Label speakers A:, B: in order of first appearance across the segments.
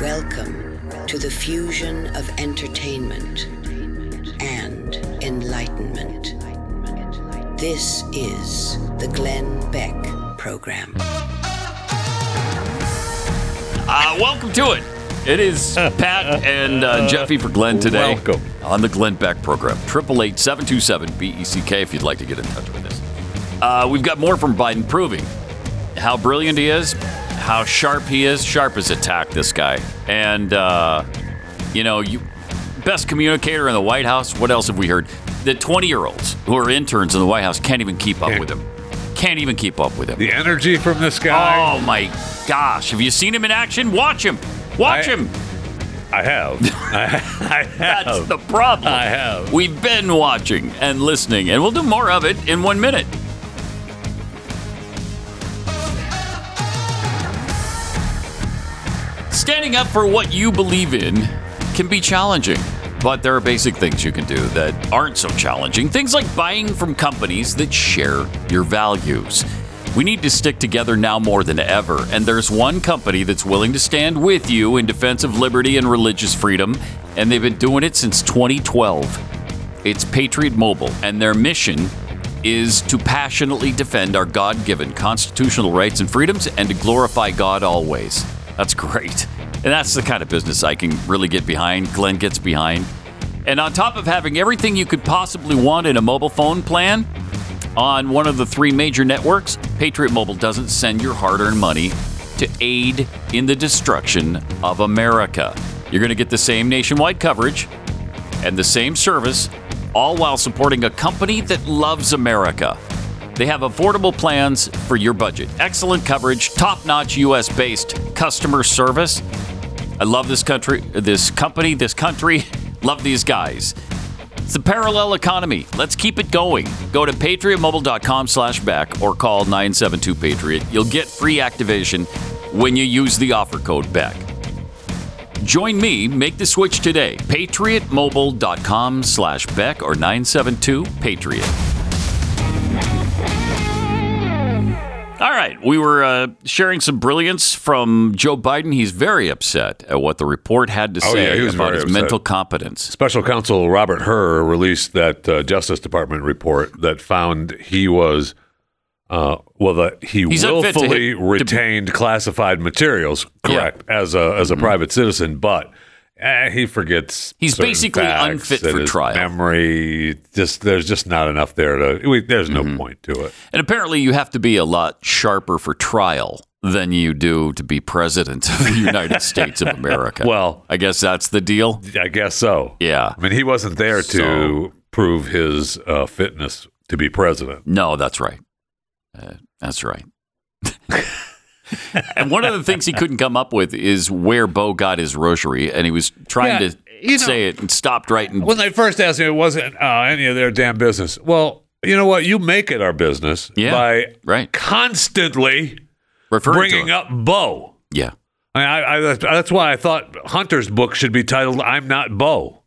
A: Welcome to the fusion of entertainment and enlightenment. This is the Glenn Beck Program.
B: Uh, welcome to it. It is Pat and uh, Jeffy for Glenn today.
C: welcome.
B: On the Glenn Beck program, 888 BECK, E if you'd like to get in touch with us. Uh, we've got more from Biden proving how brilliant he is, how sharp he is. Sharp as a tack, this guy. And, uh, you know, you best communicator in the White House. What else have we heard? The 20 year olds who are interns in the White House can't even keep up
C: Can't.
B: with him. Can't even keep up with him.
C: The energy from this guy.
B: Oh my gosh! Have you seen him in action? Watch him. Watch
C: I-
B: him.
C: I have. I, I have.
B: Oh. That's the problem.
C: I have.
B: We've been watching and listening, and we'll do more of it in one minute. Standing up for what you believe in can be challenging, but there are basic things you can do that aren't so challenging. Things like buying from companies that share your values. We need to stick together now more than ever, and there's one company that's willing to stand with you in defense of liberty and religious freedom, and they've been doing it since 2012. It's Patriot Mobile, and their mission is to passionately defend our God given constitutional rights and freedoms and to glorify God always. That's great. And that's the kind of business I can really get behind. Glenn gets behind. And on top of having everything you could possibly want in a mobile phone plan on one of the three major networks, Patriot Mobile doesn't send your hard earned money to aid in the destruction of America. You're going to get the same nationwide coverage and the same service, all while supporting a company that loves America. They have affordable plans for your budget, excellent coverage, top notch US based customer service. I love this country, this company, this country. Love these guys. It's the parallel economy. Let's keep it going. Go to patriotmobile.com slash back or call 972-PATRIOT. You'll get free activation when you use the offer code back. Join me. Make the switch today. PatriotMobile.com slash Beck or 972-PATRIOT. All right. We were uh, sharing some brilliance from Joe Biden. He's very upset at what the report had to
C: Oh,
B: say
C: yeah, he was
B: about
C: very
B: his
C: upset.
B: mental competence.
C: Special Counsel Robert Herr released that uh, Justice Department report that found he was, uh, well, that he
B: He's unfit to
C: willfully
B: hit- to-
C: retained classified materials, correct, as a as a private citizen, but eh, he forgets.
B: Mm-hmm. He's
C: certain
B: basically
C: facts
B: unfit
C: and
B: for
C: his
B: trial.
C: Memory, just there's just not enough there to. We, there's
B: Mm-hmm.
C: no point to it.
B: And apparently, you have to be a lot sharper for trial than you do to be president of the United States of America.
C: Well-
B: I guess that's the deal.
C: I guess so.
B: Yeah.
C: I mean, he wasn't there
B: So-
C: to prove his uh, fitness to be president.
B: No, that's right. Uh, that's right. and one of the things he couldn't come up with is where Bo got his rosary, and he was trying
C: Yeah,
B: to
C: you know-
B: say it and stopped right. And
C: When they first asked me, it wasn't uh, any of their damn business. Well, you know what? You make it our business
B: Yeah,
C: by
B: right.
C: constantly
B: referring
C: bringing
B: to it.
C: up Bo.
B: yeah,
C: I, mean, I, I, that's- that's why I thought Hunter's book should be titled "I'm Not Bo."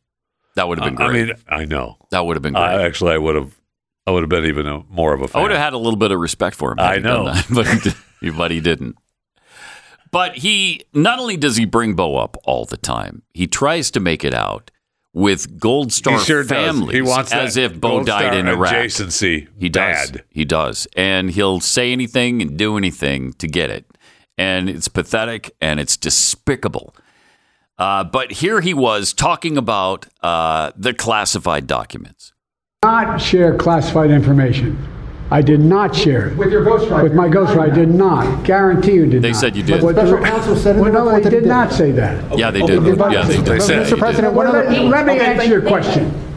B: that would have
C: I,
B: been great.
C: I mean, I know.
B: that would have been great.
C: I actually, I would have, I would have been even a, more of a
B: I
C: fan.
B: would have had a little bit of respect for him. had
C: I
B: he done
C: know.
B: that, but he, did, but he didn't. But he not only does he bring Bo up all the time, he tries to make it out with Gold Star
C: he sure
B: families
C: does. He wants
B: as
C: that
B: if Bo
C: Gold
B: died
C: Star
B: in Iraq.
C: Adjacency.
B: He does.
C: Bad.
B: He does. And he'll say anything and do anything to get it. And it's pathetic and it's despicable. Uh, but here he was talking about uh, the classified documents.
D: not share classified information. I did not share it.
E: With your ghostwriter.
D: With my ghostwriter, I did not. Guarantee you did
B: They
D: not.
B: said you did.
D: What the-
E: Special counsel said in
D: Well,
E: the
D: no,
E: report
D: they
E: that he
D: did
E: did.
D: not say that.
B: Yeah, they
E: Okay,
B: did.
E: goodbye.
B: Yeah, they,
C: They
B: did.
C: said
B: Yeah, they
C: it.
E: Mr.
B: did.
E: President, one
D: Let
E: other.
D: me, let me
E: Okay,
D: answer
E: thank
D: your
E: you.
D: question.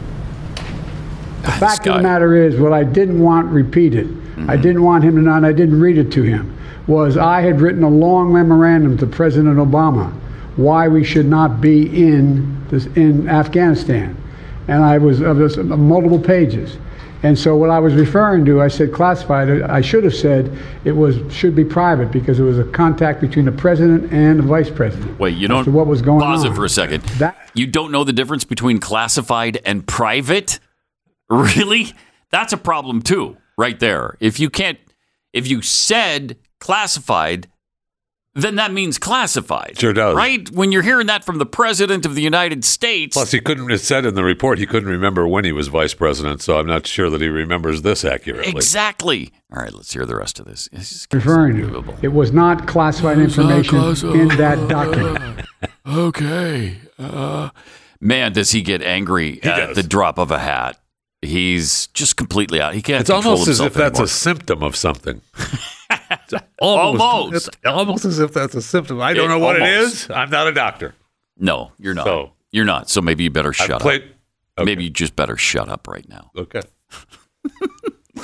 D: The fact of
B: guy.
D: the matter is, what I didn't want repeated, I
B: Mm-hmm.
D: didn't want him to know, and I didn't read it to him, was I had written a long memorandum to President Obama why we should not be in this in Afghanistan, and I was of this multiple pages. And so what I was referring to, I said classified. I I should have said it was should be private because it was a contact between the president and the vice president.
B: Wait, you
D: as
B: don't
D: to what was going
B: pause
D: on.
B: it for a second.
D: That-
B: you don't know the difference between classified and private? Really? That's a problem too, right there. If you can't if you said classified, then that means classified.
C: Sure does.
B: Right? When you're hearing that from the President of the United States,
C: Plus, he couldn't. It said in the report he couldn't remember when he was vice president, so I'm not sure that he remembers this accurately.
B: exactly. All right, let's hear the rest of this. This is
D: referring to.
B: unbelievable.
D: It was not classified information in that document.
B: okay. Uh, Man, does he get angry at
C: does.
B: the drop of a hat? He's just completely out. He can't.
C: It's almost as if that's
B: anymore.
C: a symptom of something. It's
B: Almost.
C: It's almost as if that's a symptom. I don't
B: It
C: know what
B: almost.
C: it is. I'm not a doctor.
B: no. You're not.
C: So-
B: you're not. So maybe you better shut
C: I
B: up.
C: played. okay.
B: Maybe you just better shut up right now.
C: Okay.
B: Uh,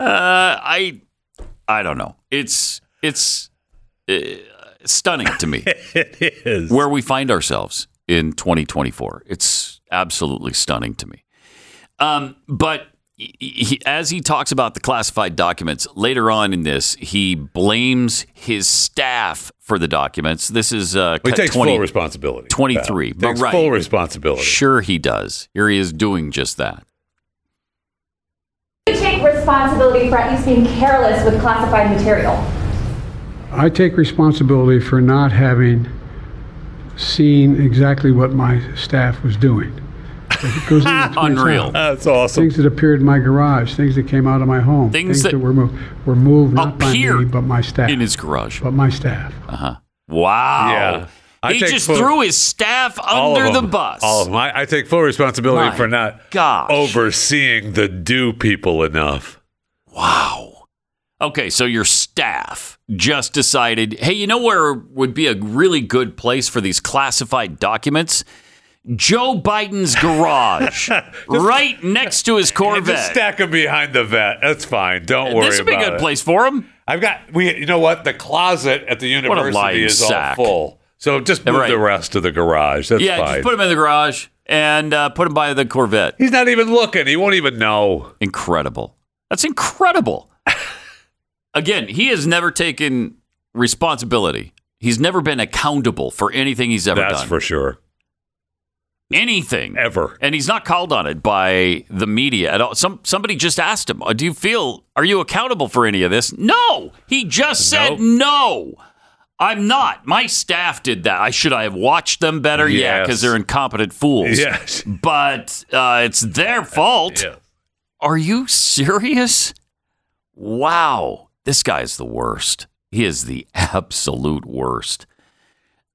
B: I, I don't know. It's it's uh, stunning to me.
C: It is.
B: where we find ourselves in 2024. It's absolutely stunning to me. Um, but he- he, as he talks about the classified documents later on in this, he blames his staff for the documents. This is uh,
C: He
B: cut
C: takes
B: 20
C: full responsibility.
B: 23,
C: Pat.
B: but
C: Takes
B: right.
C: full responsibility.
B: Sure, he does. Here he is doing just that.
E: you take responsibility for at least being careless with classified material?
D: I take responsibility for not having seen exactly what my staff was doing. It goes into the
B: Unreal.
C: That's awesome.
D: Things that appeared in my garage, things that came out of my home,
B: Things that
D: were moved, were moved not by me,
B: appeared
D: but my staff.
B: In his garage.
D: but my staff.
B: Wow.
C: Yeah. I
B: He
C: take
B: just
C: full-
B: threw his staff
C: All of
B: under the
C: them.
B: bus.
C: All of them. I, I take full responsibility
B: My
C: for not
B: gosh.
C: overseeing the do people enough.
B: Wow. Okay, so your staff just decided, hey, you know where would be a really good place for these classified documents? Joe Biden's garage, right next to his
C: And just
B: Corvette.
C: stack them behind the vet. That's fine. Don't worry
B: this would be a
C: about
B: good
C: it.
B: place for him.
C: I've got we. You know what? The closet at the
B: lying
C: university is
B: sack.
C: all full. So just
B: Yeah,
C: move
B: right.
C: the rest to the garage. That's
B: Yeah,
C: fine.
B: just put him in the garage and uh, put him by the Corvette.
C: He's not even looking. He won't even know.
B: Incredible. That's incredible. Again, he has never taken responsibility. He's never been accountable for anything he's ever
C: That's
B: done.
C: for sure.
B: anything
C: Ever.
B: and he's not called on it by the media at all. Some somebody just asked him, "Uh, "Do you feel are you accountable for any of this?" No, he just said
C: Nope.
B: no. I'm not. My staff did that. I should I have watched them better? Yeah,
C: Yes.
B: because they're incompetent fools.
C: Yes.
B: but uh, it's their fault.
C: Yes.
B: Are you serious? Wow, this guy's the worst. He is the absolute worst.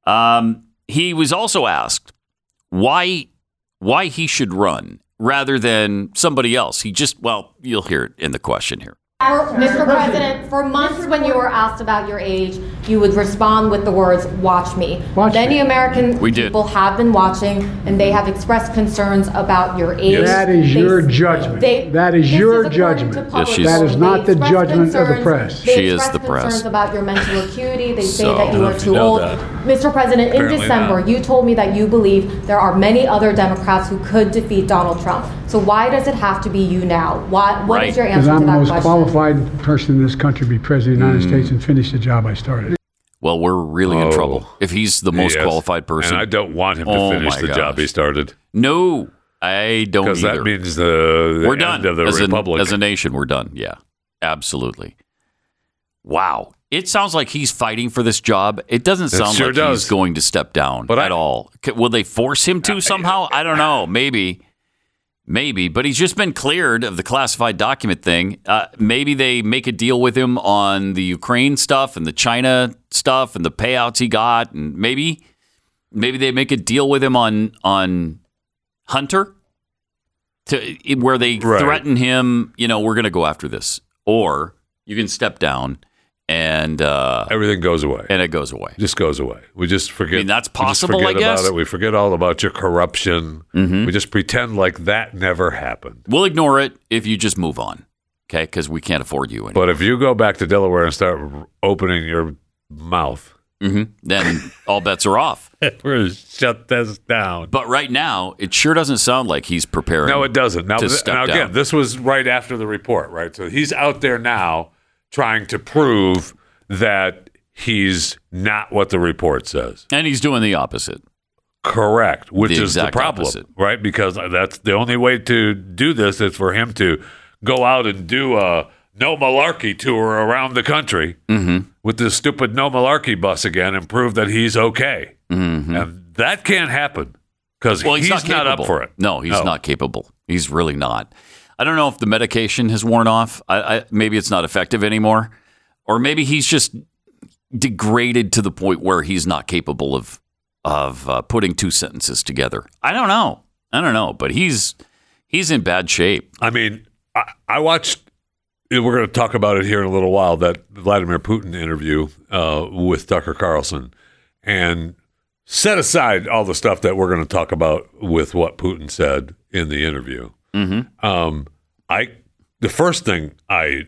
B: Um, he was also asked why why he should run rather than somebody else. He just well, you'll hear it in the question here.
F: Mr. President, for months when you were asked about your age, you would respond with the words, "Watch me."
D: Watch
F: Many
D: me.
F: American
B: We did.
F: people have been watching, and they have expressed concerns about your age.
D: That is
F: They-
D: your judgment.
F: they-
D: That is
F: This
D: your
F: according to
D: judgment.
F: public
B: Yes, she's- That
F: vote.
D: is not
F: They
D: the
F: express
D: judgment of the
F: concerns-
D: press.
F: they
B: She is
F: express
B: the press.
F: Concerns about your mental acuity. They say
B: So, I
F: that
B: don't
F: you
B: know
F: are
C: if you
F: too
C: know
F: old.
C: that.
F: Mr. President, in
C: Apparently
F: December,
C: not.
F: you told me that you believe there are many other Democrats who could defeat Donald Trump. So why does it have to be you now? Why? What
B: Right.
F: is your
D: Because
F: answer to
D: I'm the
F: that
D: most
F: question?
D: qualified person in this country to be president of the United
B: Hmm.
D: States and finish the job I started.
B: Well, we're really in
C: Oh.
B: trouble if he's the most
C: Yes.
B: qualified person.
C: And I don't want him to
B: Oh
C: finish
B: my
C: the job
B: gosh.
C: he started
B: no, I don't
C: because
B: either.
C: that means the, the
B: we're
C: end
B: done
C: of the
B: as,
C: republic.
B: A, as a nation. We're done. Yeah, absolutely. Wow, it sounds like he's fighting for this job. It doesn't sound
C: sure
B: like
C: does.
B: he's going to step down
C: But I-
B: at all. C- Will they force him to somehow? I don't know. Maybe, maybe. But he's just been cleared of the classified document thing. Uh, maybe they make a deal with him on the Ukraine stuff and the China stuff and the payouts he got, and maybe, maybe they make a deal with him on on Hunter to where they
C: Right.
B: threaten him. You know, we're going to go after this, or you can step down and uh,
C: Everything goes away.
B: and it goes away.
C: just goes away. We just forget.
B: I mean, that's
C: we just
B: possible,
C: forget
B: I guess. Mm-hmm.
C: About it. We forget all about your corruption. We just pretend like that never happened.
B: We'll ignore it if you just move on, okay? Because we can't afford you anymore.
C: But if you go back to Delaware and start r- opening your mouth,
B: Mhm. Then all bets are off.
C: we're gonna shut this down.
B: But right now, it sure doesn't sound like he's preparing.
C: No, it doesn't. Now,
B: To
C: th-
B: step
C: now again,
B: down.
C: this was right after the report, right? So he's out there now trying to prove that he's not what the report says.
B: and he's doing the opposite.
C: Correct, which
B: The
C: is the
B: exact
C: problem,
B: opposite.
C: right? Because that's the only way to do this is for him to go out and do a no malarkey tour around the country
B: Mm-hmm.
C: with this stupid no malarkey bus again and prove that he's okay. And that can't happen because
B: Mm-hmm. Well,
C: he's,
B: he's, not,
C: not, up
B: capable.
C: for it.
B: No, he's not capable. He's really not. I don't know if the medication has worn off. I, I, maybe it's not effective anymore, or maybe he's just degraded to the point where he's not capable of of uh, putting two sentences together. I don't know. I don't know. But he's he's in bad shape.
C: I mean, I, I watched. We're going to talk about it here in a little while. That Vladimir Putin interview uh, with Tucker Carlson, and set aside all the stuff that we're going to talk about with what Putin said in the interview. Um, I the first thing I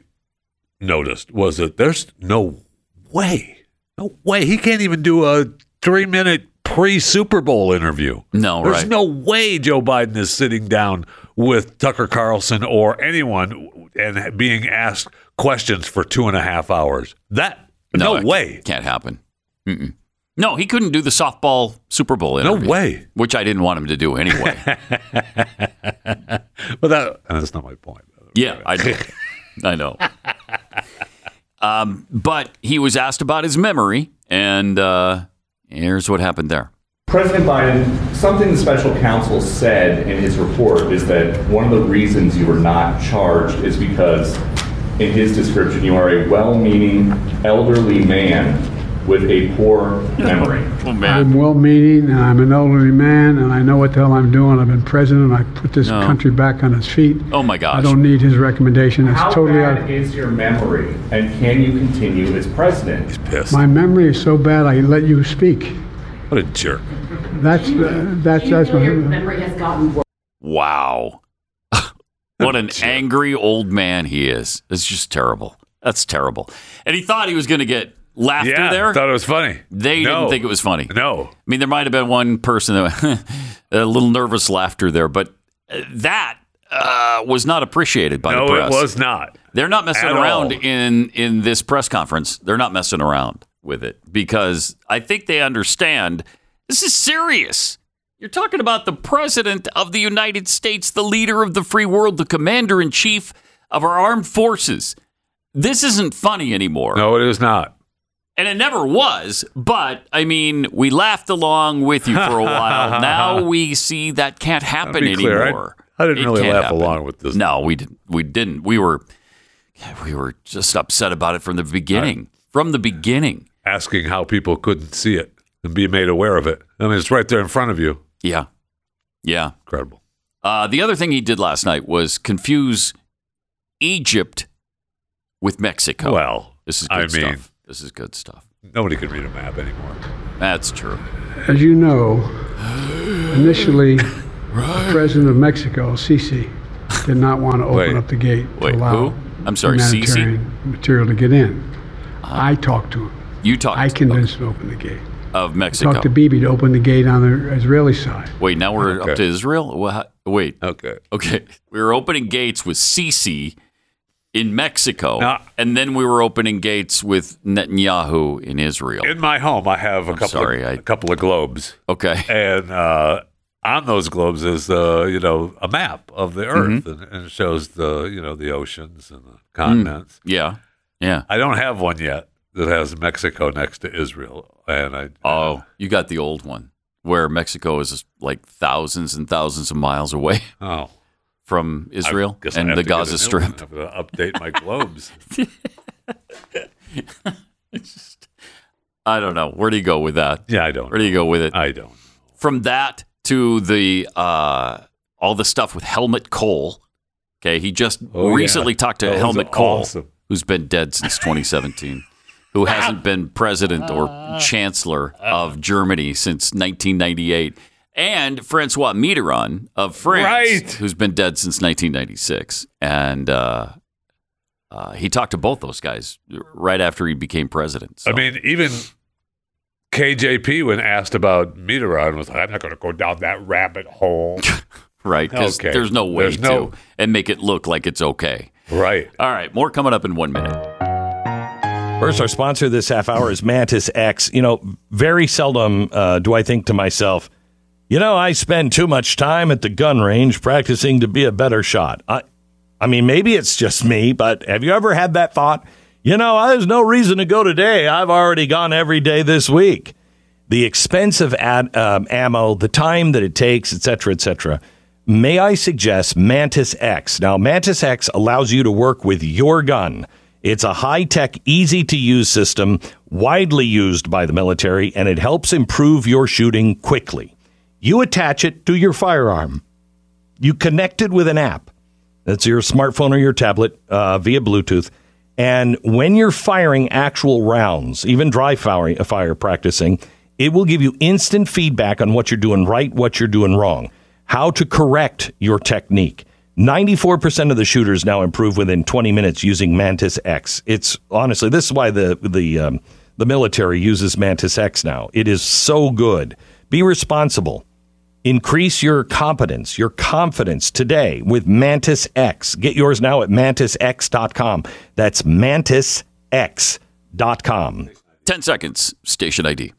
C: noticed was that there's no way, no way he can't even do a three minute pre Super Bowl interview.
B: No,
C: There's
B: right.
C: no way Joe Biden is sitting down with Tucker Carlson or anyone and being asked questions for two and a half hours. That no,
B: that
C: way.
B: Can't happen. Mm-mm. No, he couldn't do the softball Super Bowl
C: No
B: interview.
C: way.
B: Which I didn't want him to do anyway.
C: But that and that's not my point.
B: Yeah, I know. I know. Um, but he was asked about his memory, and uh, here's what happened there.
G: President Biden, something the special counsel said in his report is that one of the reasons you were not charged is because, in his description, you are a well meaning elderly man with a poor memory.
B: Oh man,
D: I'm well meaning and I'm an elderly man and I know what the hell I'm doing. I've been president and I put this country back on its feet.
B: Oh, my gosh.
D: I don't need his recommendation. It's
G: How
D: totally out.
G: bad is your memory, and can you continue as president?
C: Pissed.
D: My memory is so bad I let you speak.
C: what a jerk.
D: That's uh, that's that's my,
B: wow! what an angry old man he is. It's just terrible. That's terrible. And he thought he was going to get laughter
C: yeah,
B: there.
C: thought it was funny.
B: they
C: No.
B: didn't think it was funny.
C: No,
B: I mean, there might have been one person that went, a little nervous laughter there, but uh, that uh, was not appreciated by
C: no,
B: the
C: it
B: press.
C: was not.
B: They're not messing
C: At
B: around
C: all.
B: in in this press conference. They're not messing around with it because I think they understand this is serious. You're talking about the president of the United States, the leader of the free world, the commander in chief of our armed forces. This isn't funny anymore.
C: No, it is not.
B: And it never was, but I mean, we laughed along with you for a while. now we see that can't happen
C: be
B: anymore.
C: clear, I- I didn't
B: It
C: really
B: can't
C: laugh along with this.
B: No, we didn't. We didn't. We were, yeah, we were just upset about it from the beginning. From the beginning,
C: Asking how people couldn't see it and be made aware of it. I mean, it's right there in front of you.
B: yeah, yeah.
C: Incredible.
B: Uh, the other thing he did last night was confuse Egypt with Mexico.
C: Well,
B: this is good
C: I mean-
B: stuff. This is good stuff.
C: Nobody can read a map anymore.
B: That's true.
D: as you know, initially, the president of Mexico, Sisi, did not want to open
C: Wait.
D: up the gate to
B: Wait,
D: allow
B: who? I'm sorry, Sisi. Uh-huh.
D: humanitarian material to get in. I talked to him.
B: You talked
D: I convinced him to open the gate.
B: of Mexico.
D: Talked to Bibi to open the gate on the Israeli side.
B: Wait, now we're
C: Okay.
B: up to Israel? Wha- how- Wait.
C: Okay.
B: Okay. We were opening gates with Sisi in Mexico,
C: Now-
B: and then we were opening gates with Netanyahu in Israel.
C: In my home, I have a couple
B: sorry,
C: of,
B: I-
C: a couple of globes,
B: okay.
C: and uh, on those globes is uh, you know a map of
B: Mm-hmm.
C: the Earth, and, and it shows the you know the oceans and the continents.
B: Yeah. Yeah.
C: I don't have one yet that has Mexico next to Israel, and I
B: Oh, you got the old one where Mexico is like thousands and thousands of miles away
C: oh
B: from
C: I
B: Israel
C: guess I
B: and
C: have
B: the
C: to get a
B: Gaza
C: new one.
B: Strip.
C: I'm gonna update my globes.
B: I don't know. Where do you go with that?
C: yeah, I don't.
B: Where do you go with it?
C: I don't.
B: from that to the uh, all the stuff with Helmut Kohl. Okay, he just
C: Oh, yeah.
B: recently talked to
C: That was
B: Helmut Kohl,
C: awesome.
B: who's been dead since 2017, who hasn't been president or chancellor of Germany since 1998, and Francois Mitterrand of France,
C: Right.
B: who's been dead since 1996, and. Uh, uh, he talked to both those guys right after he became president. So.
C: I mean, even KJP, when asked about Mitterrand, was like, "I'm not going to go down that rabbit hole."
B: right? Because
C: Okay.
B: there's no way
C: There's no-
B: to and make it look like it's okay.
C: right.
B: All right, more coming up in one minute.
H: First, our sponsor this half hour is Mantis X. You know, very seldom uh, do I think to myself, you know, I spend too much time at the gun range practicing to be a better shot. I, I mean, maybe it's just me, but have you ever had that thought? You know, there's no reason to go today. I've already gone every day this week. The expense of ad, um, ammo, the time that it takes, etc., etc. May I suggest Mantis X? Now, Mantis X allows you to work with your gun. It's a high tech, easy to use system, widely used by the military, and it helps improve your shooting quickly. You attach it to your firearm. You connect it with an app that's your smartphone or your tablet uh, via Bluetooth. And when you're firing actual rounds, even dry firing, fire practicing, it will give you instant feedback on what you're doing right, what you're doing wrong, how to correct your technique. 94% of the shooters now improve within 20 minutes using Mantis X. It's honestly, this is why the, the, um, the military uses Mantis X now. It is so good. Be responsible. Increase your competence, your confidence today with Mantis X. Get yours now at mantisx.com. That's mantisx.com.
B: 10 seconds, station ID.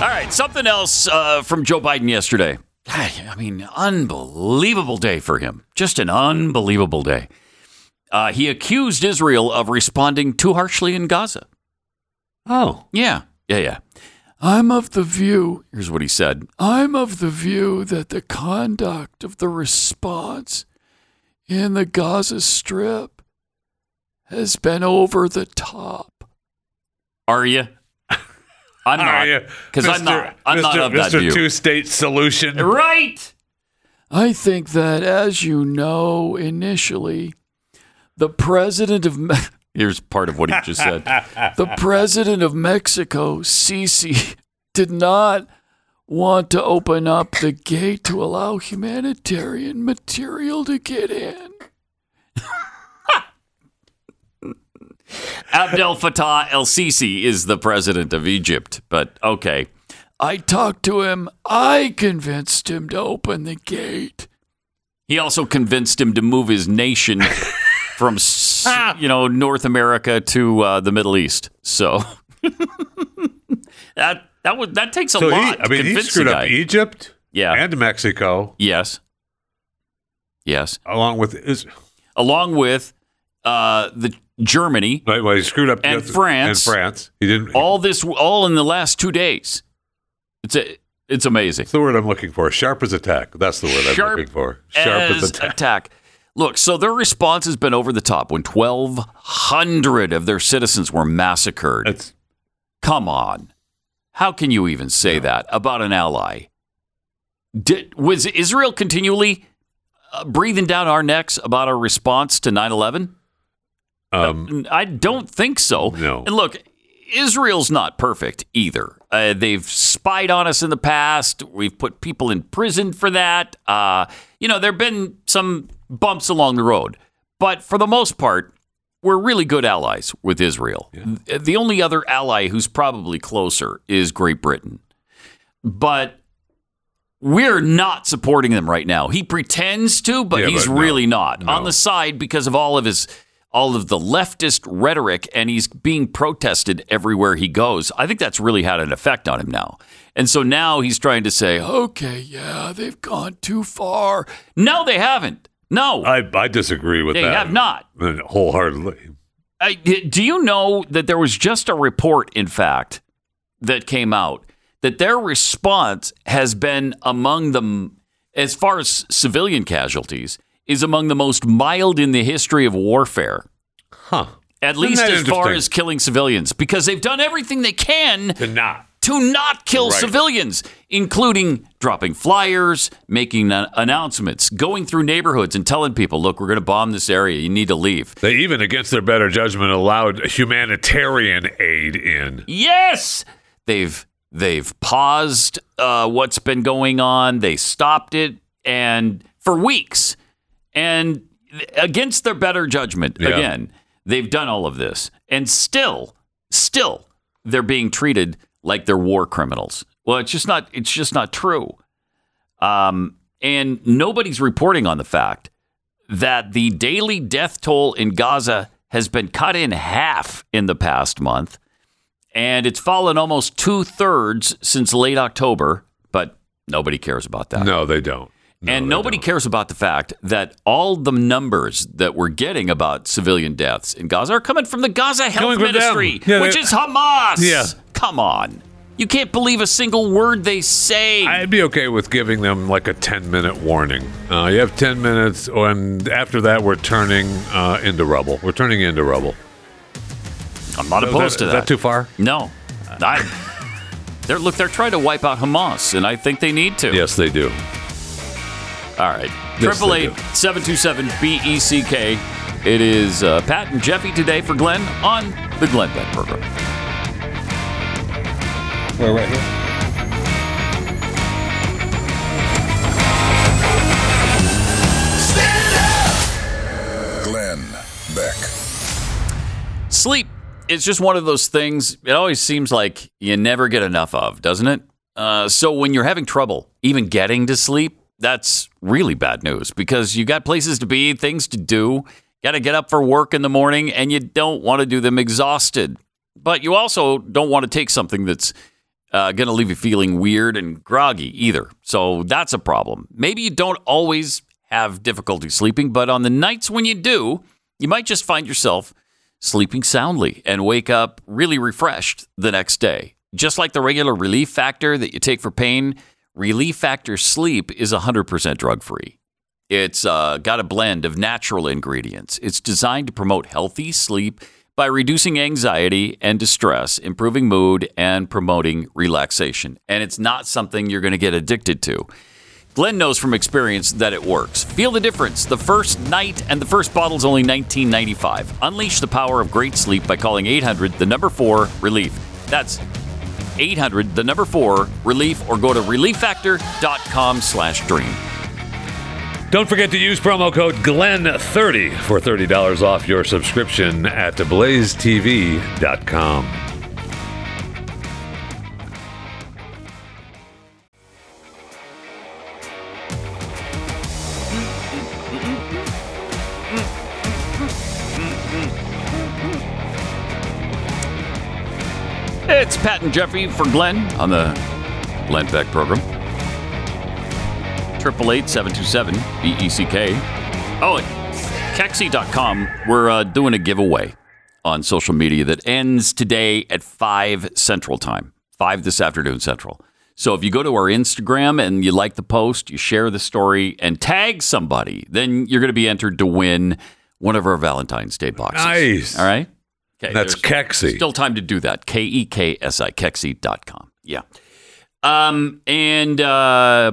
B: All right, something else uh, from Joe Biden yesterday. God, I mean, unbelievable day for him. Just an unbelievable day. Uh, he accused Israel of responding too harshly in Gaza.
C: Oh,
B: Yeah, yeah, yeah. I'm of the view, here's what he said I'm of the view that the conduct of the response in the Gaza Strip has been over the top. Are you? I'm
C: Are you?
B: not. Because I'm
C: Mr.
B: not, I'm not
C: Mr.
B: of that
C: Mr.
B: view.
C: Two state solution.
B: Right. I think that, as you know, initially, the president of Me- here's part of what he just said. the president of Mexico, Sisi, did not want to open up the gate to allow humanitarian material to get in. Abdel Fattah el Sisi is the president of Egypt, but okay. I talked to him. I convinced him to open the gate. He also convinced him to move his nation from, s- you know, North America to uh, the Middle East. So that that would that takes a
C: So he,
B: lot.
C: I
B: to
C: mean, he
B: convince the
C: screwed
B: guy.
C: up Egypt
B: Yeah.
C: and Mexico
B: yes. Yes.
C: along with Israel.
B: Along with uh, the Germany,
C: Right, well, he screwed up
B: And
C: the-
B: France.
C: And France. He didn't.
B: all this all in the last two days. It's a, it's amazing.
C: That's the word I'm looking for. Sharp as attack. That's the word I'm
B: Sharp
C: looking for. Sharp as, attack.
B: Look, so their response has been over the top when 1,200 of their citizens were massacred.
C: That's
B: Come on. How can you even say that about an ally? Did, was Israel continually uh, breathing down our necks about our response to 9 11?
C: um,
B: I don't think so.
C: No.
B: And look, Israel's not perfect either. Uh, they've spied on us in the past. We've put people in prison for that. Uh, you know, there have been some bumps along the road. But for the most part, we're really good allies with Israel. Th- The only other ally who's probably closer is Great Britain. But we're not supporting them right now. He pretends to, but
C: Yeah,
B: he's
C: but no.
B: really not on the side because of all of his all of the leftist rhetoric and he's being protested everywhere he goes. I think that's really had an effect on him now. And so now he's trying to say, "Okay, yeah, they've gone too far." No, they haven't. No.
C: I, I disagree with
B: They
C: that.
B: have not.
C: And Wholeheartedly.
B: I, do you know that there was just a report, in fact, that came out that their response has been among the, as far as civilian casualties, is among the most mild in the history of warfare.
C: Huh.
B: At least
C: that
B: as far
C: interesting?
B: as killing civilians, because they've done everything they can
C: To not.
B: to not kill
C: Right.
B: civilians, including dropping flyers, making an- announcements, going through neighborhoods and telling people, look, we're going to bomb this area. You need to leave.
C: They even, against their better judgment, allowed humanitarian aid in.
B: Yes, they've they've paused uh, what's been going on. They stopped it and for weeks, and against their better judgment,
C: Yeah.
B: again, they've done all of this, and still, still, they're being treated like they're war criminals. Well, it's just not. It's just not true. Um, and nobody's reporting on the fact that the daily death toll in Gaza has been cut in half in the past month and it's fallen almost two thirds since late October, but nobody cares about that.
C: No, they don't. No,
B: and
C: they
B: nobody cares about the fact that all the numbers that we're getting about civilian deaths in Gaza are coming from the Gaza Health
C: Coming from them.
B: Ministry,
C: Yeah,
B: which
C: they-
B: is Hamas.
C: Yeah.
B: Come on. You can't believe a single word they say.
C: I'd be okay with giving them like a 10 minute warning. Uh, you have 10 minutes, and after that, we're turning uh, into rubble. We're turning into rubble.
B: I'm not opposed
C: is
B: to
C: that too far?
B: No. I, they're, look, they're trying to wipe out Hamas, and I think they need to.
C: Yes, they do.
B: All right.
C: Yes,
B: Triple
C: they
B: eight
C: do.
B: seven two seven B E C K. It is uh, Pat and Jeffy today for Glenn on the Glenn Beck program.
G: We're right here.
I: Glenn Beck.
B: Sleep is just one of those things. It always seems like you never get enough of, doesn't it? Uh, so when you're having trouble even getting to sleep, that's really bad news because you got places to be, things to do, got to get up for work in the morning, and you don't want to do them exhausted. But you also don't want to take something that's uh, going to leave you feeling weird and groggy either. So that's a problem. Maybe you don't always have difficulty sleeping, but on the nights when you do, you might just find yourself sleeping soundly and wake up really refreshed the next day. Just like the regular relief factor that you take for pain, Relief Factor Sleep is 100% drug free. It's uh, got a blend of natural ingredients. It's designed to promote healthy sleep by reducing anxiety and distress, improving mood, and promoting relaxation. And it's not something you're going to get addicted to. Glenn knows from experience that it works. Feel the difference. The first night and the first bottle is only $19.95. Unleash the power of great sleep by calling 800 the number 4 relief. That's 800 the number 4 relief or go to relieffactor.com slash dream.
C: Don't forget to use promo code GLEN30 for $30 off your subscription at blazetv.com.
B: It's Pat and Jeffrey for Glenn on the Glenn Beck program. Triple eight seven two seven B E C K. Oh, at Kexi.com, we're uh, doing a giveaway on social media that ends today at 5 Central Time, 5 this afternoon Central. So if you go to our Instagram and you like the post, you share the story and tag somebody, then you're going to be entered to win one of our Valentine's Day boxes.
C: Nice.
B: All right? Okay,
C: That's
B: there's-
C: Kexi.
B: Still time to do that. K E K S I, kexi.com. Yeah. Um, and uh,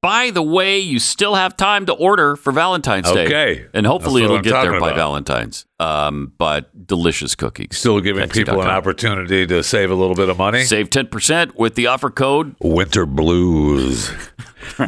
B: by the way, you still have time to order for Valentine's Day.
C: Okay.
B: And hopefully
C: That's
B: it'll
C: what I'm
B: get there
C: talking
B: by
C: about.
B: Valentine's. Um, but delicious cookies.
C: Still giving people an
B: Kexi.com.
C: opportunity to save a little bit of money.
B: Save 10% with the offer code
C: Winter blues.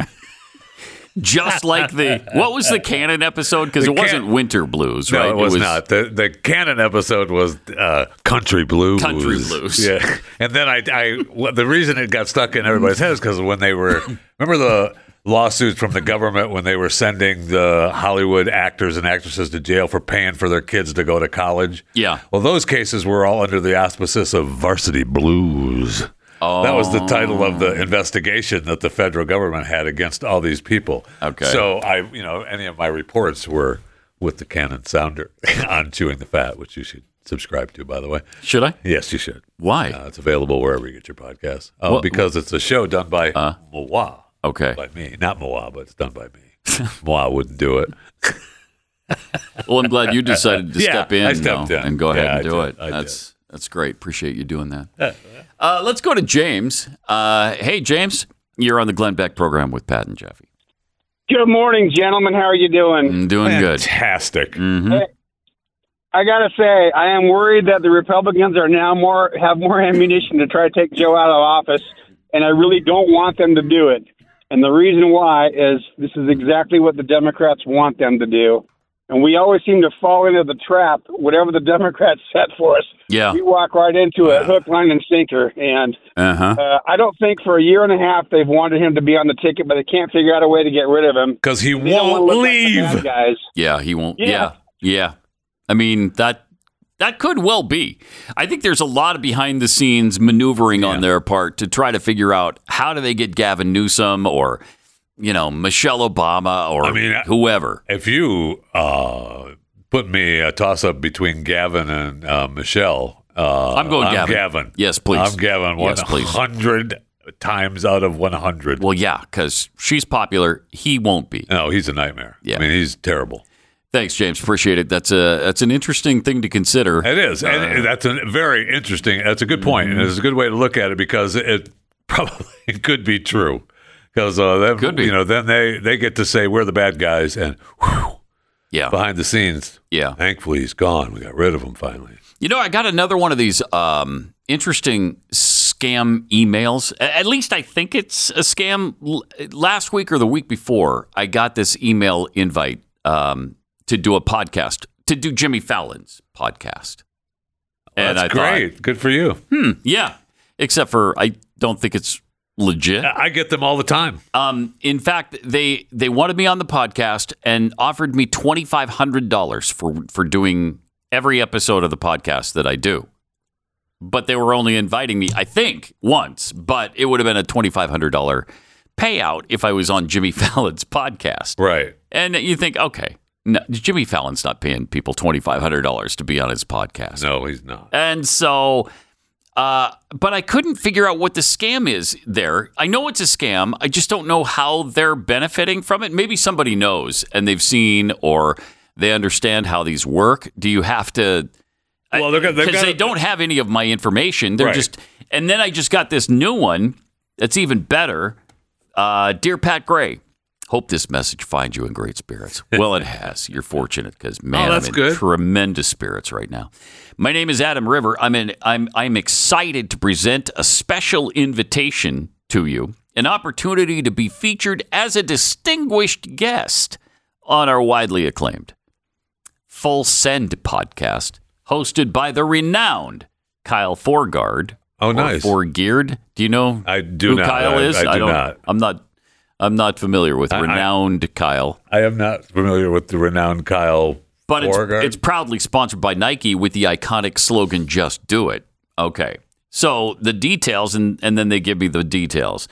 B: just like the. What was the Canon episode? Because
C: The
B: it wasn't
C: Can-
B: Winter Blues,
C: No,
B: right?
C: it was, not. The the canon episode was uh, country blues.
B: Country blues.
C: Yeah, and then I, I well, the reason it got stuck in everybody's head is because when they were remember the lawsuits from the government when they were sending the Hollywood actors and actresses to jail for paying for their kids to go to college.
B: Yeah.
C: Well, those cases were all under the auspices of varsity blues. That was the title of
B: Oh.
C: the investigation that the federal government had against all these people.
B: Okay.
C: So I, you know, any of my reports were with the Canon sounder on chewing the fat, which you should subscribe to, by the way.
B: Should I?
C: Yes, you should.
B: Why?
C: Uh, it's available wherever you get your podcast.
B: What-
C: Uh,
B: Uh-huh.
C: because it's a show done by Moa,
B: okay.
C: by me, not Moa, but it's done by me. Moa wouldn't do it.
B: Well, I'm glad you decided to
C: Yeah,
B: step in,
C: I stepped
B: though,
C: in.
B: and go ahead
C: Yeah,
B: and
C: I
B: do
C: did.
B: it.
C: I did.
B: that's that's great. Appreciate you doing that. uh, let's go to James. Uh, hey, James, you're on the Glenn Beck program with Pat and Jeffy.
J: Good morning, gentlemen. How are you doing?
B: I'm doing good.
C: Fantastic.
B: Mm.
J: I gotta say, I am worried that the Republicans are now more have more ammunition to try to take Joe out of office, and I really don't want them to do it. And the reason why is this is exactly what the Democrats want them to do, and we always seem to fall into the trap. Whatever the Democrats set for us,
B: Yeah.
J: we walk right into it, hook, line, and sinker. And
B: Uh huh.
J: uh, I don't think for a year and a half they've wanted him to be on the ticket, but they can't figure out a way to get rid of him.
C: Because he
J: They don't wanna
C: won't
J: look like the
C: leave.
J: bad guys.
B: Yeah, he won't. Yeah.
J: Yeah.
B: yeah, I mean that That could well be. I think there's a lot of behind the scenes maneuvering on their part to try to figure out how do they get Gavin Newsom or, you know, Michelle Obama or
C: I mean, I-
B: whoever.
C: If you uh, put me a toss up between Gavin and uh, Michelle, uh,
B: I'm going Gavin. Yes, please.
C: I'm Gavin
B: Yes, please.
C: 100 times out of 100.
B: Well, yeah, because she's popular. He won't be.
C: no, he's a nightmare.
B: Yeah.
C: I mean, he's terrible.
B: Thanks, James. Appreciate it. That's a that's an interesting thing to consider.
C: It is,
B: Uh,
C: and that's a very interesting. That's a good point, and it's a good way to look at it because it probably could be true. Because uh, then,
B: Could be.
C: you know, then they they get to say we're the bad guys, and whew,
B: Yeah.
C: behind the scenes,
B: Yeah.
C: thankfully he's gone. We got rid of him finally.
B: You know, I got another one of these um, interesting scam emails. A- At least I think it's a scam. L- Last week or the week before, I got this email invite um, to do a podcast, to do Jimmy Fallon's podcast.
C: that's great. good for you.
B: Thought, yeah. Except for I don't think it's legit.
C: I get them all the time.
B: Um, in fact, they they wanted me on the podcast and offered me twenty five hundred dollars for for doing every episode of the podcast that I do. But they were only inviting me, I think, once. But it would have been a twenty five hundred dollar payout if I was on Jimmy Fallon's podcast.
C: Right.
B: And you think, okay, no, Jimmy Fallon's not paying people twenty five hundred dollars to be on his podcast.
C: No, he's not.
B: And so, uh, but I couldn't figure out what the scam is there. I know it's a scam. I just don't know how they're benefiting from it. Maybe somebody knows and they've seen or they understand how these work. Do you have to?
C: Well, they're gonna- they've
B: because they
C: gotta-
B: don't have any of my information. They're
C: Right.
B: just, and then I just got this new one that's even better. Uh, Dear Pat Gray, hope this message finds you in great spirits. Well, it has. You're fortunate because man,
C: Oh, that's
B: I'm in
C: good.
B: tremendous spirits right now. My name is Adam River. I'm in, I'm I'm excited to present a special invitation to you, an opportunity to be featured as a distinguished guest on our widely acclaimed Full Send podcast, hosted by the renowned Kyle Forgard.
C: Oh, nice.
B: Or Forgeard. Do you know
C: I do
B: who
C: not.
B: Kyle
C: I-
B: is?
C: I do
B: don't,
C: not.
B: I'm not. I'm not familiar with renowned Kyle.
C: I am not familiar with the renowned Kyle.
B: But it's,
C: Beauregard.
B: it's proudly sponsored by Nike with the iconic slogan, Just Do It. Okay. So the details, and, and then they give me the details.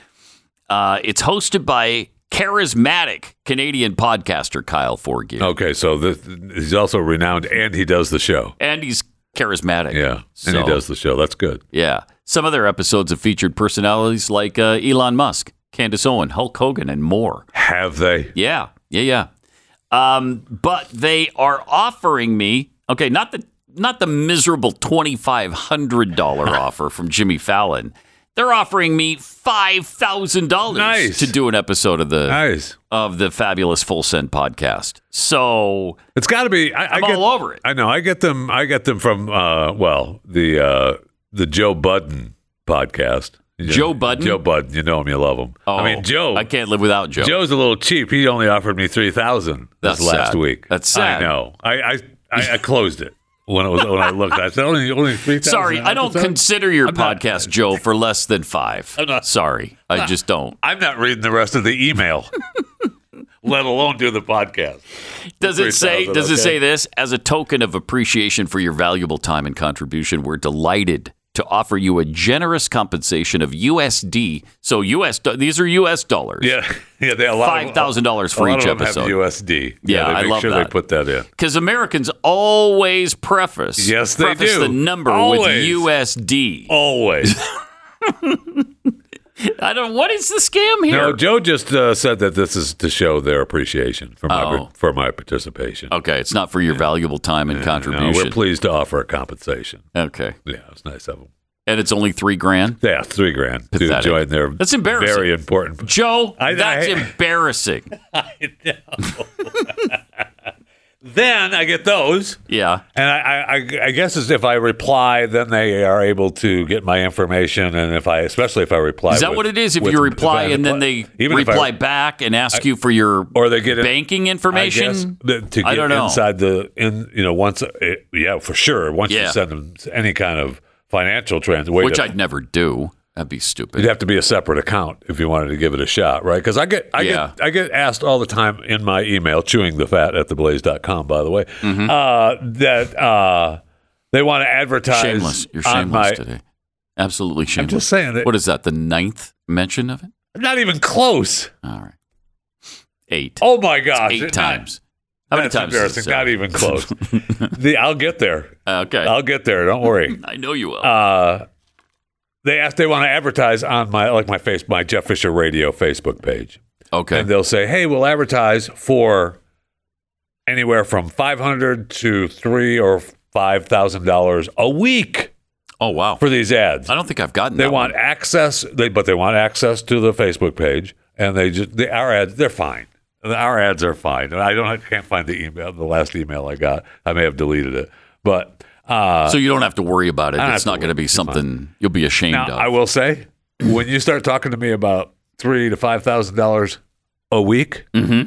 B: Uh, it's hosted by charismatic Canadian podcaster Kyle Forgear.
C: okay. So this, he's also renowned, and he does the show.
B: And he's charismatic.
C: Yeah, and
B: So-
C: he does the show. That's good.
B: Yeah. Some of their episodes have featured personalities like uh, Elon Musk, Candace Owen, Hulk Hogan, and more.
C: Have they?
B: Yeah, yeah, yeah. Um, but they are offering me okay, not the not the miserable twenty five hundred dollar offer from Jimmy Fallon. They're offering me five thousand dollars
C: Nice.
B: to do an episode of the
C: Nice.
B: of the fabulous Full Send podcast. So
C: It's got to be. I,
B: I'm
C: I get,
B: all over it.
C: I know. I get them. I get them from. Uh, well, the uh, the Joe Budden podcast. You know,
B: Joe Budden?
C: Joe Budden. You know him. You love him.
B: oh,
C: I mean, Joe.
B: I can't live without Joe.
C: Joe's a little cheap. He only offered me three thousand.
B: That's
C: last
B: sad.
C: week.
B: That's sad.
C: I know. I I, I, I closed it when it was when I looked. I said only only three thousand.
B: Sorry, I don't consider your podcast, Joe, for less than 5 Sorry, I just don't.
C: I'm not reading the rest of the email, let alone do the podcast.
B: Does it say?
C: 3,000,
B: Does it
C: okay.
B: say this as a token of appreciation for your valuable time and contribution? We're delighted to offer you a generous compensation of USD. So US, do- these are US dollars.
C: Yeah, yeah. They, a lot of-
B: $5,000 for
C: a lot
B: each
C: of them
B: episode.
C: Have USD.
B: Yeah,
C: they
B: I
C: make
B: love
C: sure
B: that.
C: they put that in.
B: Because Americans always preface
C: Yes, they
B: preface
C: do.
B: the number
C: Always. Oh.
B: with USD.
C: Always.
B: I don't. What is the scam here?
C: no, Joe just uh, said that this is to show their appreciation for my
B: Oh.
C: for my participation.
B: okay, it's not for your valuable time and
C: No,
B: contribution.
C: we're pleased to offer a compensation.
B: okay,
C: Yeah, it's nice of them.
B: and it's only three grand.
C: Yeah, three grand to
B: Pathetic.
C: join their.
B: That's embarrassing.
C: Very important.
B: Joe,
C: I-
B: that's
C: I-
B: embarrassing.
C: Then I get those,
B: Yeah.
C: and I, I, I- I guess it's if I reply, then they are able to get my information, and if I, especially if I reply,
B: Is that
C: with-
B: what it is? If
C: with-
B: you reply
C: if I
B: and then they
C: reply- even if I-
B: reply back and ask you for your
C: or they get in-
B: banking
C: I guess,
B: information,
C: that to get
B: I don't know.
C: inside the in you know once it, yeah for sure once
B: Yeah.
C: you send them any kind of financial transaction
B: which I'd never do. That'd be
C: It'd
B: stupid.
C: have to be a separate account if you wanted to give it a shot, right? Because I get I
B: Yeah.
C: get I get asked all the time in
B: Mm-hmm.
C: my email, chewing the fat at theblaze.com, by the way, uh, that uh, They want to advertise.
B: Shameless. You're
C: on
B: shameless
C: my-
B: today. Absolutely shameless.
C: just saying that-
B: What is that? The ninth mention of it?
C: Not even close.
B: All right. Eight.
C: Oh my gosh!
B: Eight
C: Not-
B: times. How many
C: that's
B: times? does it
C: Embarrassing.
B: say?
C: Not even close. the, I'll get there.
B: Uh, okay.
C: I'll get there. Don't worry.
B: I know you will.
C: Uh, they ask. They want to advertise on my like my face my Jeff Fisher Radio Facebook page.
B: okay.
C: and they'll say, "Hey, we'll advertise for anywhere from five hundred to three or five thousand dollars a week
B: oh wow.
C: for these ads.
B: I don't think I've gotten
C: They
B: that
C: want
B: one.
C: access, they but they want access to the Facebook page, and they just they, our ads they're fine. Our ads are fine, and I don't I can't find the email the last email I got. I may have deleted it, but uh,
B: so you don't have to worry about it.
C: don't have
B: It's
C: to
B: not going to
C: worry.
B: be something you'll be ashamed
C: now
B: of.
C: I will say when you start talking to me about three to five thousand dollars a week,
B: Mm-hmm.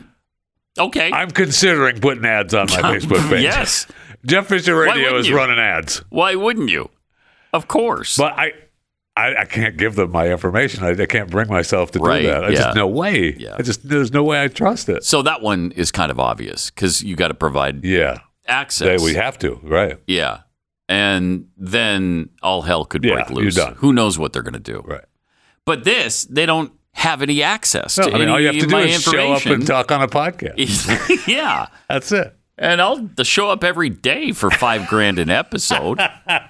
B: okay.
C: I'm considering putting ads on my Facebook page.
B: yes.
C: Jeff Fisher
B: Why
C: Radio
B: wouldn't
C: is
B: you?
C: running ads,
B: Why wouldn't you? Of course.
C: but I, I, I can't give them my information. I, I can't bring myself to
B: Right,
C: do that. I
B: yeah.
C: just no way.
B: Yeah.
C: I just there's no way I trust it.
B: so that one is kind of obvious because you got to provide
C: Yeah,
B: access.
C: They- we have to right.
B: yeah. And then all hell could
C: Yeah,
B: break
C: you're
B: loose.
C: done.
B: Who knows what they're going to do?
C: Right.
B: But this, they don't have any access
C: No,
B: to
C: I mean,
B: any
C: all you have to
B: of
C: do
B: my
C: is show up and
B: information.
C: talk on a podcast.
B: yeah.
C: That's it.
B: And I'll show up every day for five grand an episode.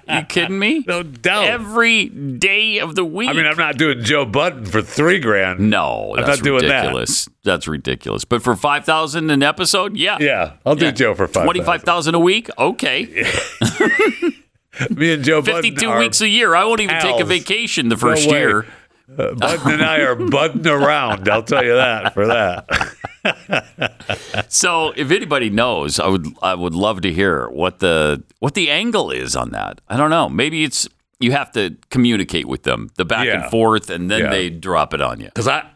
B: you kidding me?
C: No doubt.
B: Every day of the week.
C: I mean, I'm not doing Joe Button for three grand.
B: no,
C: I'm
B: that's
C: not doing that.
B: ridiculous. That's ridiculous. But for five thousand an episode, yeah,
C: Yeah, I'll do
B: Yeah.
C: Joe for five.
B: twenty-five thousand a week. Okay,
C: Me and Joe Button.
B: fifty-two
C: are-
B: weeks a year. I won't even take a
C: pals.
B: vacation the first
C: way.
B: year.
C: uh, Button and I are button around. I'll tell you that for that.
B: So if anybody knows, I would I would love to hear what the what the angle is on that. I don't know. Maybe it's you have to communicate with them, the back
C: Yeah.
B: and forth, and then
C: Yeah.
B: they drop it on you.
C: Because I,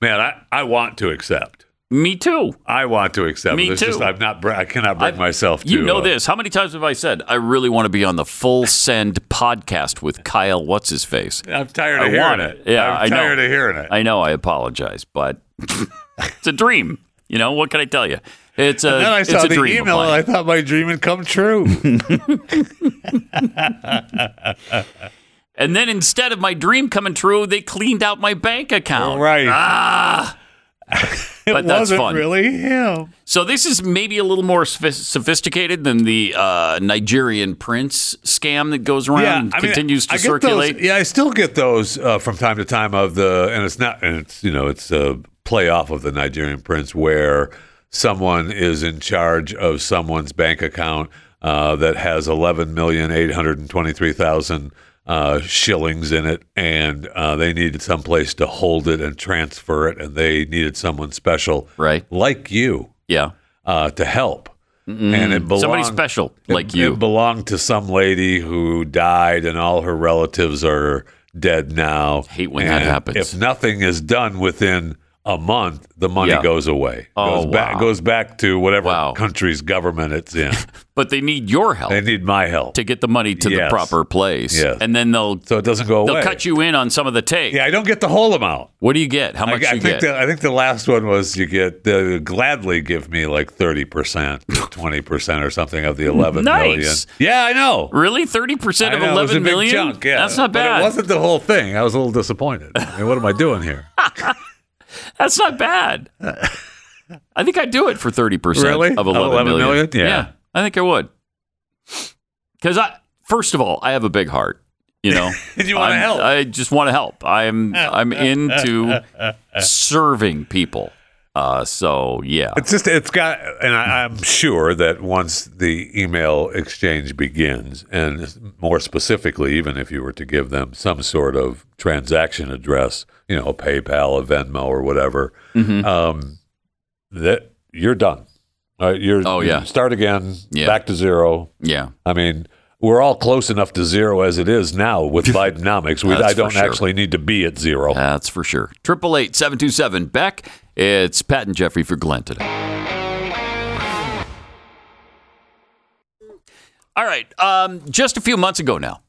C: man, I, I want to accept.
B: Me too.
C: I want to accept.
B: Me
C: it. It's Just,
B: too.
C: I'm not. br- I cannot bring myself. to
B: You know
C: uh,
B: this. How many times have I said I really want to be on the Full Send podcast with Kyle? What's his face?
C: I'm tired of
B: I
C: hearing
B: want
C: it.
B: it. Yeah,
C: I'm
B: I know.
C: tired of hearing it.
B: I know I apologize, but it's a dream. You know what can I tell you? It's a
C: then I
B: it's
C: saw
B: a
C: the
B: dream. of
C: email and
B: mine.
C: I thought my dream had come true.
B: and then instead of my dream coming true, they cleaned out my bank account.
C: right.
B: Ah! but
C: it
B: that's
C: wasn't
B: fun.
C: really him.
B: So this is maybe a little more sophi- sophisticated than the uh, Nigerian prince scam that goes around and
C: I mean,
B: continues to
C: I get those-
B: circulate.
C: yeah, I still get those uh, from time to time of the, and it's not, and it's you know, it's a play off of the Nigerian Prince where someone is in charge of someone's bank account uh, that has eleven million eight hundred and twenty-three thousand uh, shillings in it, and uh, they needed some place to hold it and transfer it, and they needed someone special,
B: Right.
C: like you,
B: yeah.
C: uh, to help. And it belonged,
B: Somebody special like
C: it,
B: you.
C: It belonged to some lady who died, and all her relatives are dead now.
B: Hate when that
C: And
B: happens.
C: If nothing is done within a month, the money
B: Yeah.
C: goes away.
B: Oh,
C: goes back
B: wow.
C: goes back to whatever
B: Wow.
C: country's government it's in.
B: but they need your help
C: they need my help,
B: to get the money to the
C: Yes.
B: proper place.
C: Yes.
B: And then they'll
C: so it doesn't go
B: they'll
C: away.
B: cut you in on some of the take.
C: Yeah, I don't get the whole amount.
B: What do you get? How
C: I,
B: much
C: I
B: you get?
C: think The, I think the last one was you get the gladly give me like thirty percent, twenty percent, or something of the eleven
B: Nice.
C: million. Yeah, I know.
B: really? 30% of
C: I know, it was a
B: 11
C: big
B: million?
C: chunk, yeah.
B: That's not
C: But
B: bad.
C: it wasn't the whole thing. I was a little disappointed. I mean, what am I doing here?
B: That's not bad. I think I'd do it for 30%
C: Really?
B: of
C: Of 11
B: million.
C: million? Yeah.
B: I think I would. Because I, first of all, I have a big heart. You know,
C: And you wanna
B: I'm-
C: help.
B: I just want to help. I'm I'm into serving people. Uh, so yeah,
C: It's just it's got, and I, I'm sure that once the email exchange begins, and more specifically, even if you were to give them some sort of transaction address, you know, PayPal, a Venmo, or whatever,
B: Mm-hmm.
C: um, that you're done. All right, you're
B: Oh, yeah.
C: start again,
B: Yeah.
C: back to zero.
B: yeah.
C: I mean, we're all close enough to zero as it is now with Bidenomics. We,
B: That's
C: I
B: for
C: don't
B: sure. Uh,
C: actually need to be at zero.
B: That's for sure. Triple eight seven two seven Beck. It's Pat and Jeffrey for Glenn today. All right. Um, just a few months ago now,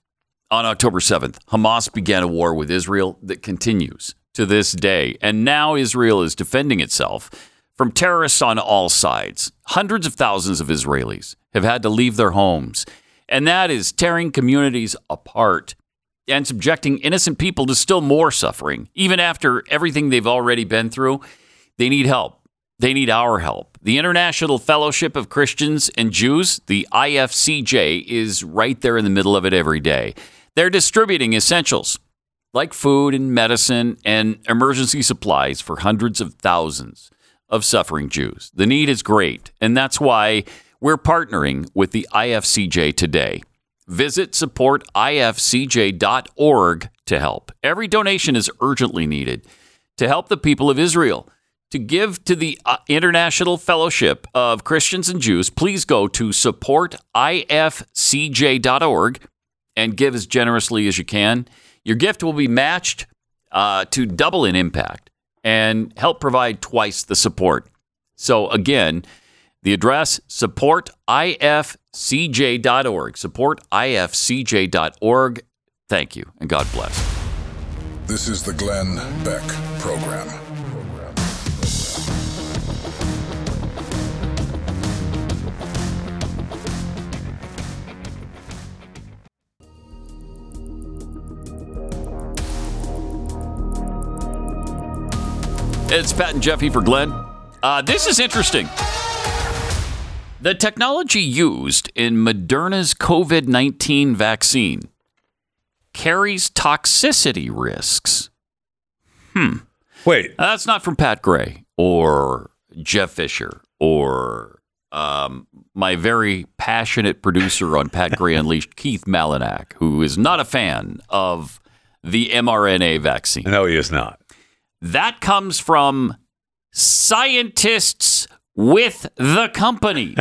B: on October 7th, Hamas began a war with Israel that continues to this day. And now Israel is defending itself from terrorists on all sides. Hundreds of thousands of Israelis have had to leave their homes. and that is tearing communities apart and subjecting innocent people to still more suffering. Even after everything they've already been through, they need help. They need our help. The International Fellowship of Christians and Jews, the IFCJ, is right there in the middle of it every day. They're distributing essentials like food and medicine and emergency supplies for hundreds of thousands of suffering Jews. The need is great, and that's why we're partnering with the IFCJ today. Visit supportifcj.org to help. Every donation is urgently needed to help the people of Israel. To give to the uh, International Fellowship of Christians and Jews, please go to supportifcj.org and give as generously as you can. Your gift will be matched uh, to double in impact and help provide twice the support. So, again, the address supportifcj.org. Supportifcj.org. Thank you and God bless.
I: This is the Glenn Beck Program.
B: It's Pat and Jeffy for Glenn. Uh, this is interesting. The technology used in Moderna's COVID 19 vaccine carries toxicity risks.
C: Wait,
B: Now, Uh, That's not from Pat Gray or Jeff Fisher or um, my very passionate producer on Pat Gray Unleashed, Keith Malinak, who is not a fan of the mRNA vaccine.
C: no, he is not.
B: That comes from scientists with the company.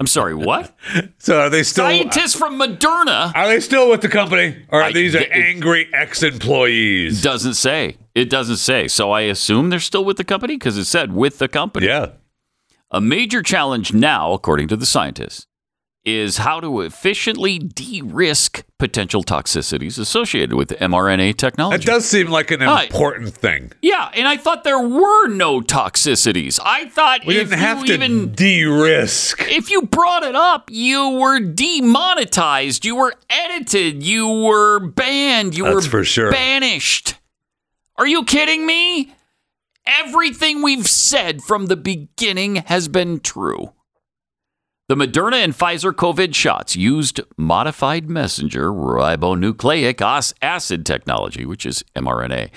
B: I'm sorry, what?
C: So uh, are they still?
B: Scientists from Moderna
C: Are they still with the company, or are
B: I-
C: these are
B: it-
C: angry ex-employees?
B: doesn't say. It doesn't say. So I assume they're still with the company because it said with the company.
C: Yeah,
B: A major challenge now, according to the scientists, is how to efficiently de risk potential toxicities associated with mRNA
C: that
B: technology.
C: does seem like an
B: Hi.
C: important thing.
B: yeah, and I thought there were no toxicities. I thought
C: We
B: if
C: didn't have
B: you
C: to
B: even
C: de-risk.
B: if you brought it up, you were demonetized, you were edited, you were banned, you
C: That's
B: were
C: for sure.
B: banished. Are you kidding me? Everything we've said from the beginning has been true. The Moderna and Pfizer COVID shots used modified messenger ribonucleic os- acid technology, which is mRNA.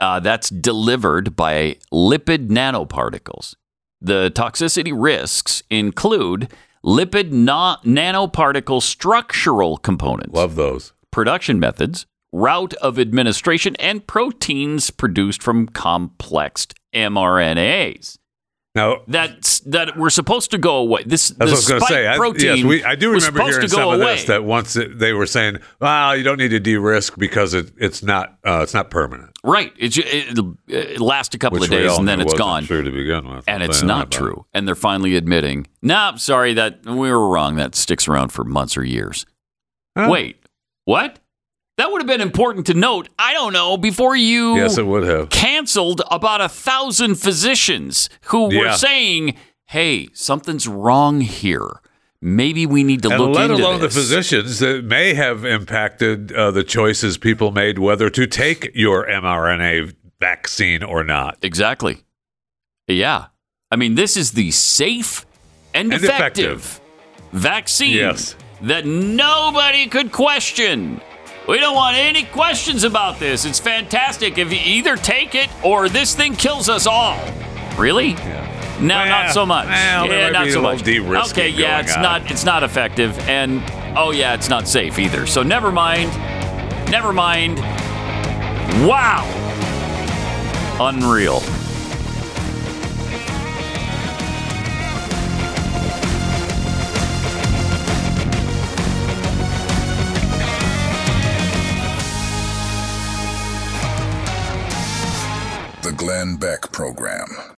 B: Uh, that's delivered by lipid nanoparticles. The toxicity risks include lipid na- nanoparticle structural components,
C: Love those.
B: production methods, route of administration, and proteins produced from complex mRNAs
C: Now
B: that's that were supposed to go away. This
C: That's
B: the
C: what I was going to
B: spike
C: say. I,
B: protein.
C: yes, we, I do
B: was
C: remember
B: supposed
C: hearing
B: to go
C: some of
B: away.
C: this that once it, they were saying, "Well, you don't need to de-risk because it, it's not uh, it's not permanent."
B: right. It, ju- it'll, it lasts a couple
C: Which
B: of
C: we
B: days
C: all
B: and then
C: knew
B: it's
C: wasn't
B: gone.
C: True to begin with,
B: and it's
C: But,
B: not
C: uh,
B: true. And they're finally admitting, "Nah, sorry that we were wrong. That sticks around for months or years."
C: Huh?
B: Wait, what? That would have been important to note. I don't know before you
C: Yes, it would have.
B: canceled about a thousand physicians who were
C: Yeah.
B: saying, "Hey, something's wrong here. Maybe we need to
C: And
B: look
C: let
B: into
C: alone
B: this."
C: the physicians that may have impacted uh, the choices people made whether to take your mRNA vaccine or not.
B: Exactly. Yeah. I mean, this is the safe and,
C: And
B: effective, vaccine
C: Yes.
B: that nobody could question. We don't want any questions about this. It's fantastic. If you either take it or this thing kills us all. Really? No,
C: Well,
B: not so much.
C: well, there
B: yeah,
C: might
B: not
C: be
B: so
C: a little
B: much.
C: de-risking
B: Okay, yeah,
C: going
B: it's
C: on.
B: not it's not effective and oh yeah, it's not safe either. So never mind. Never mind. Wow. Unreal.
I: The Glenn Beck Program.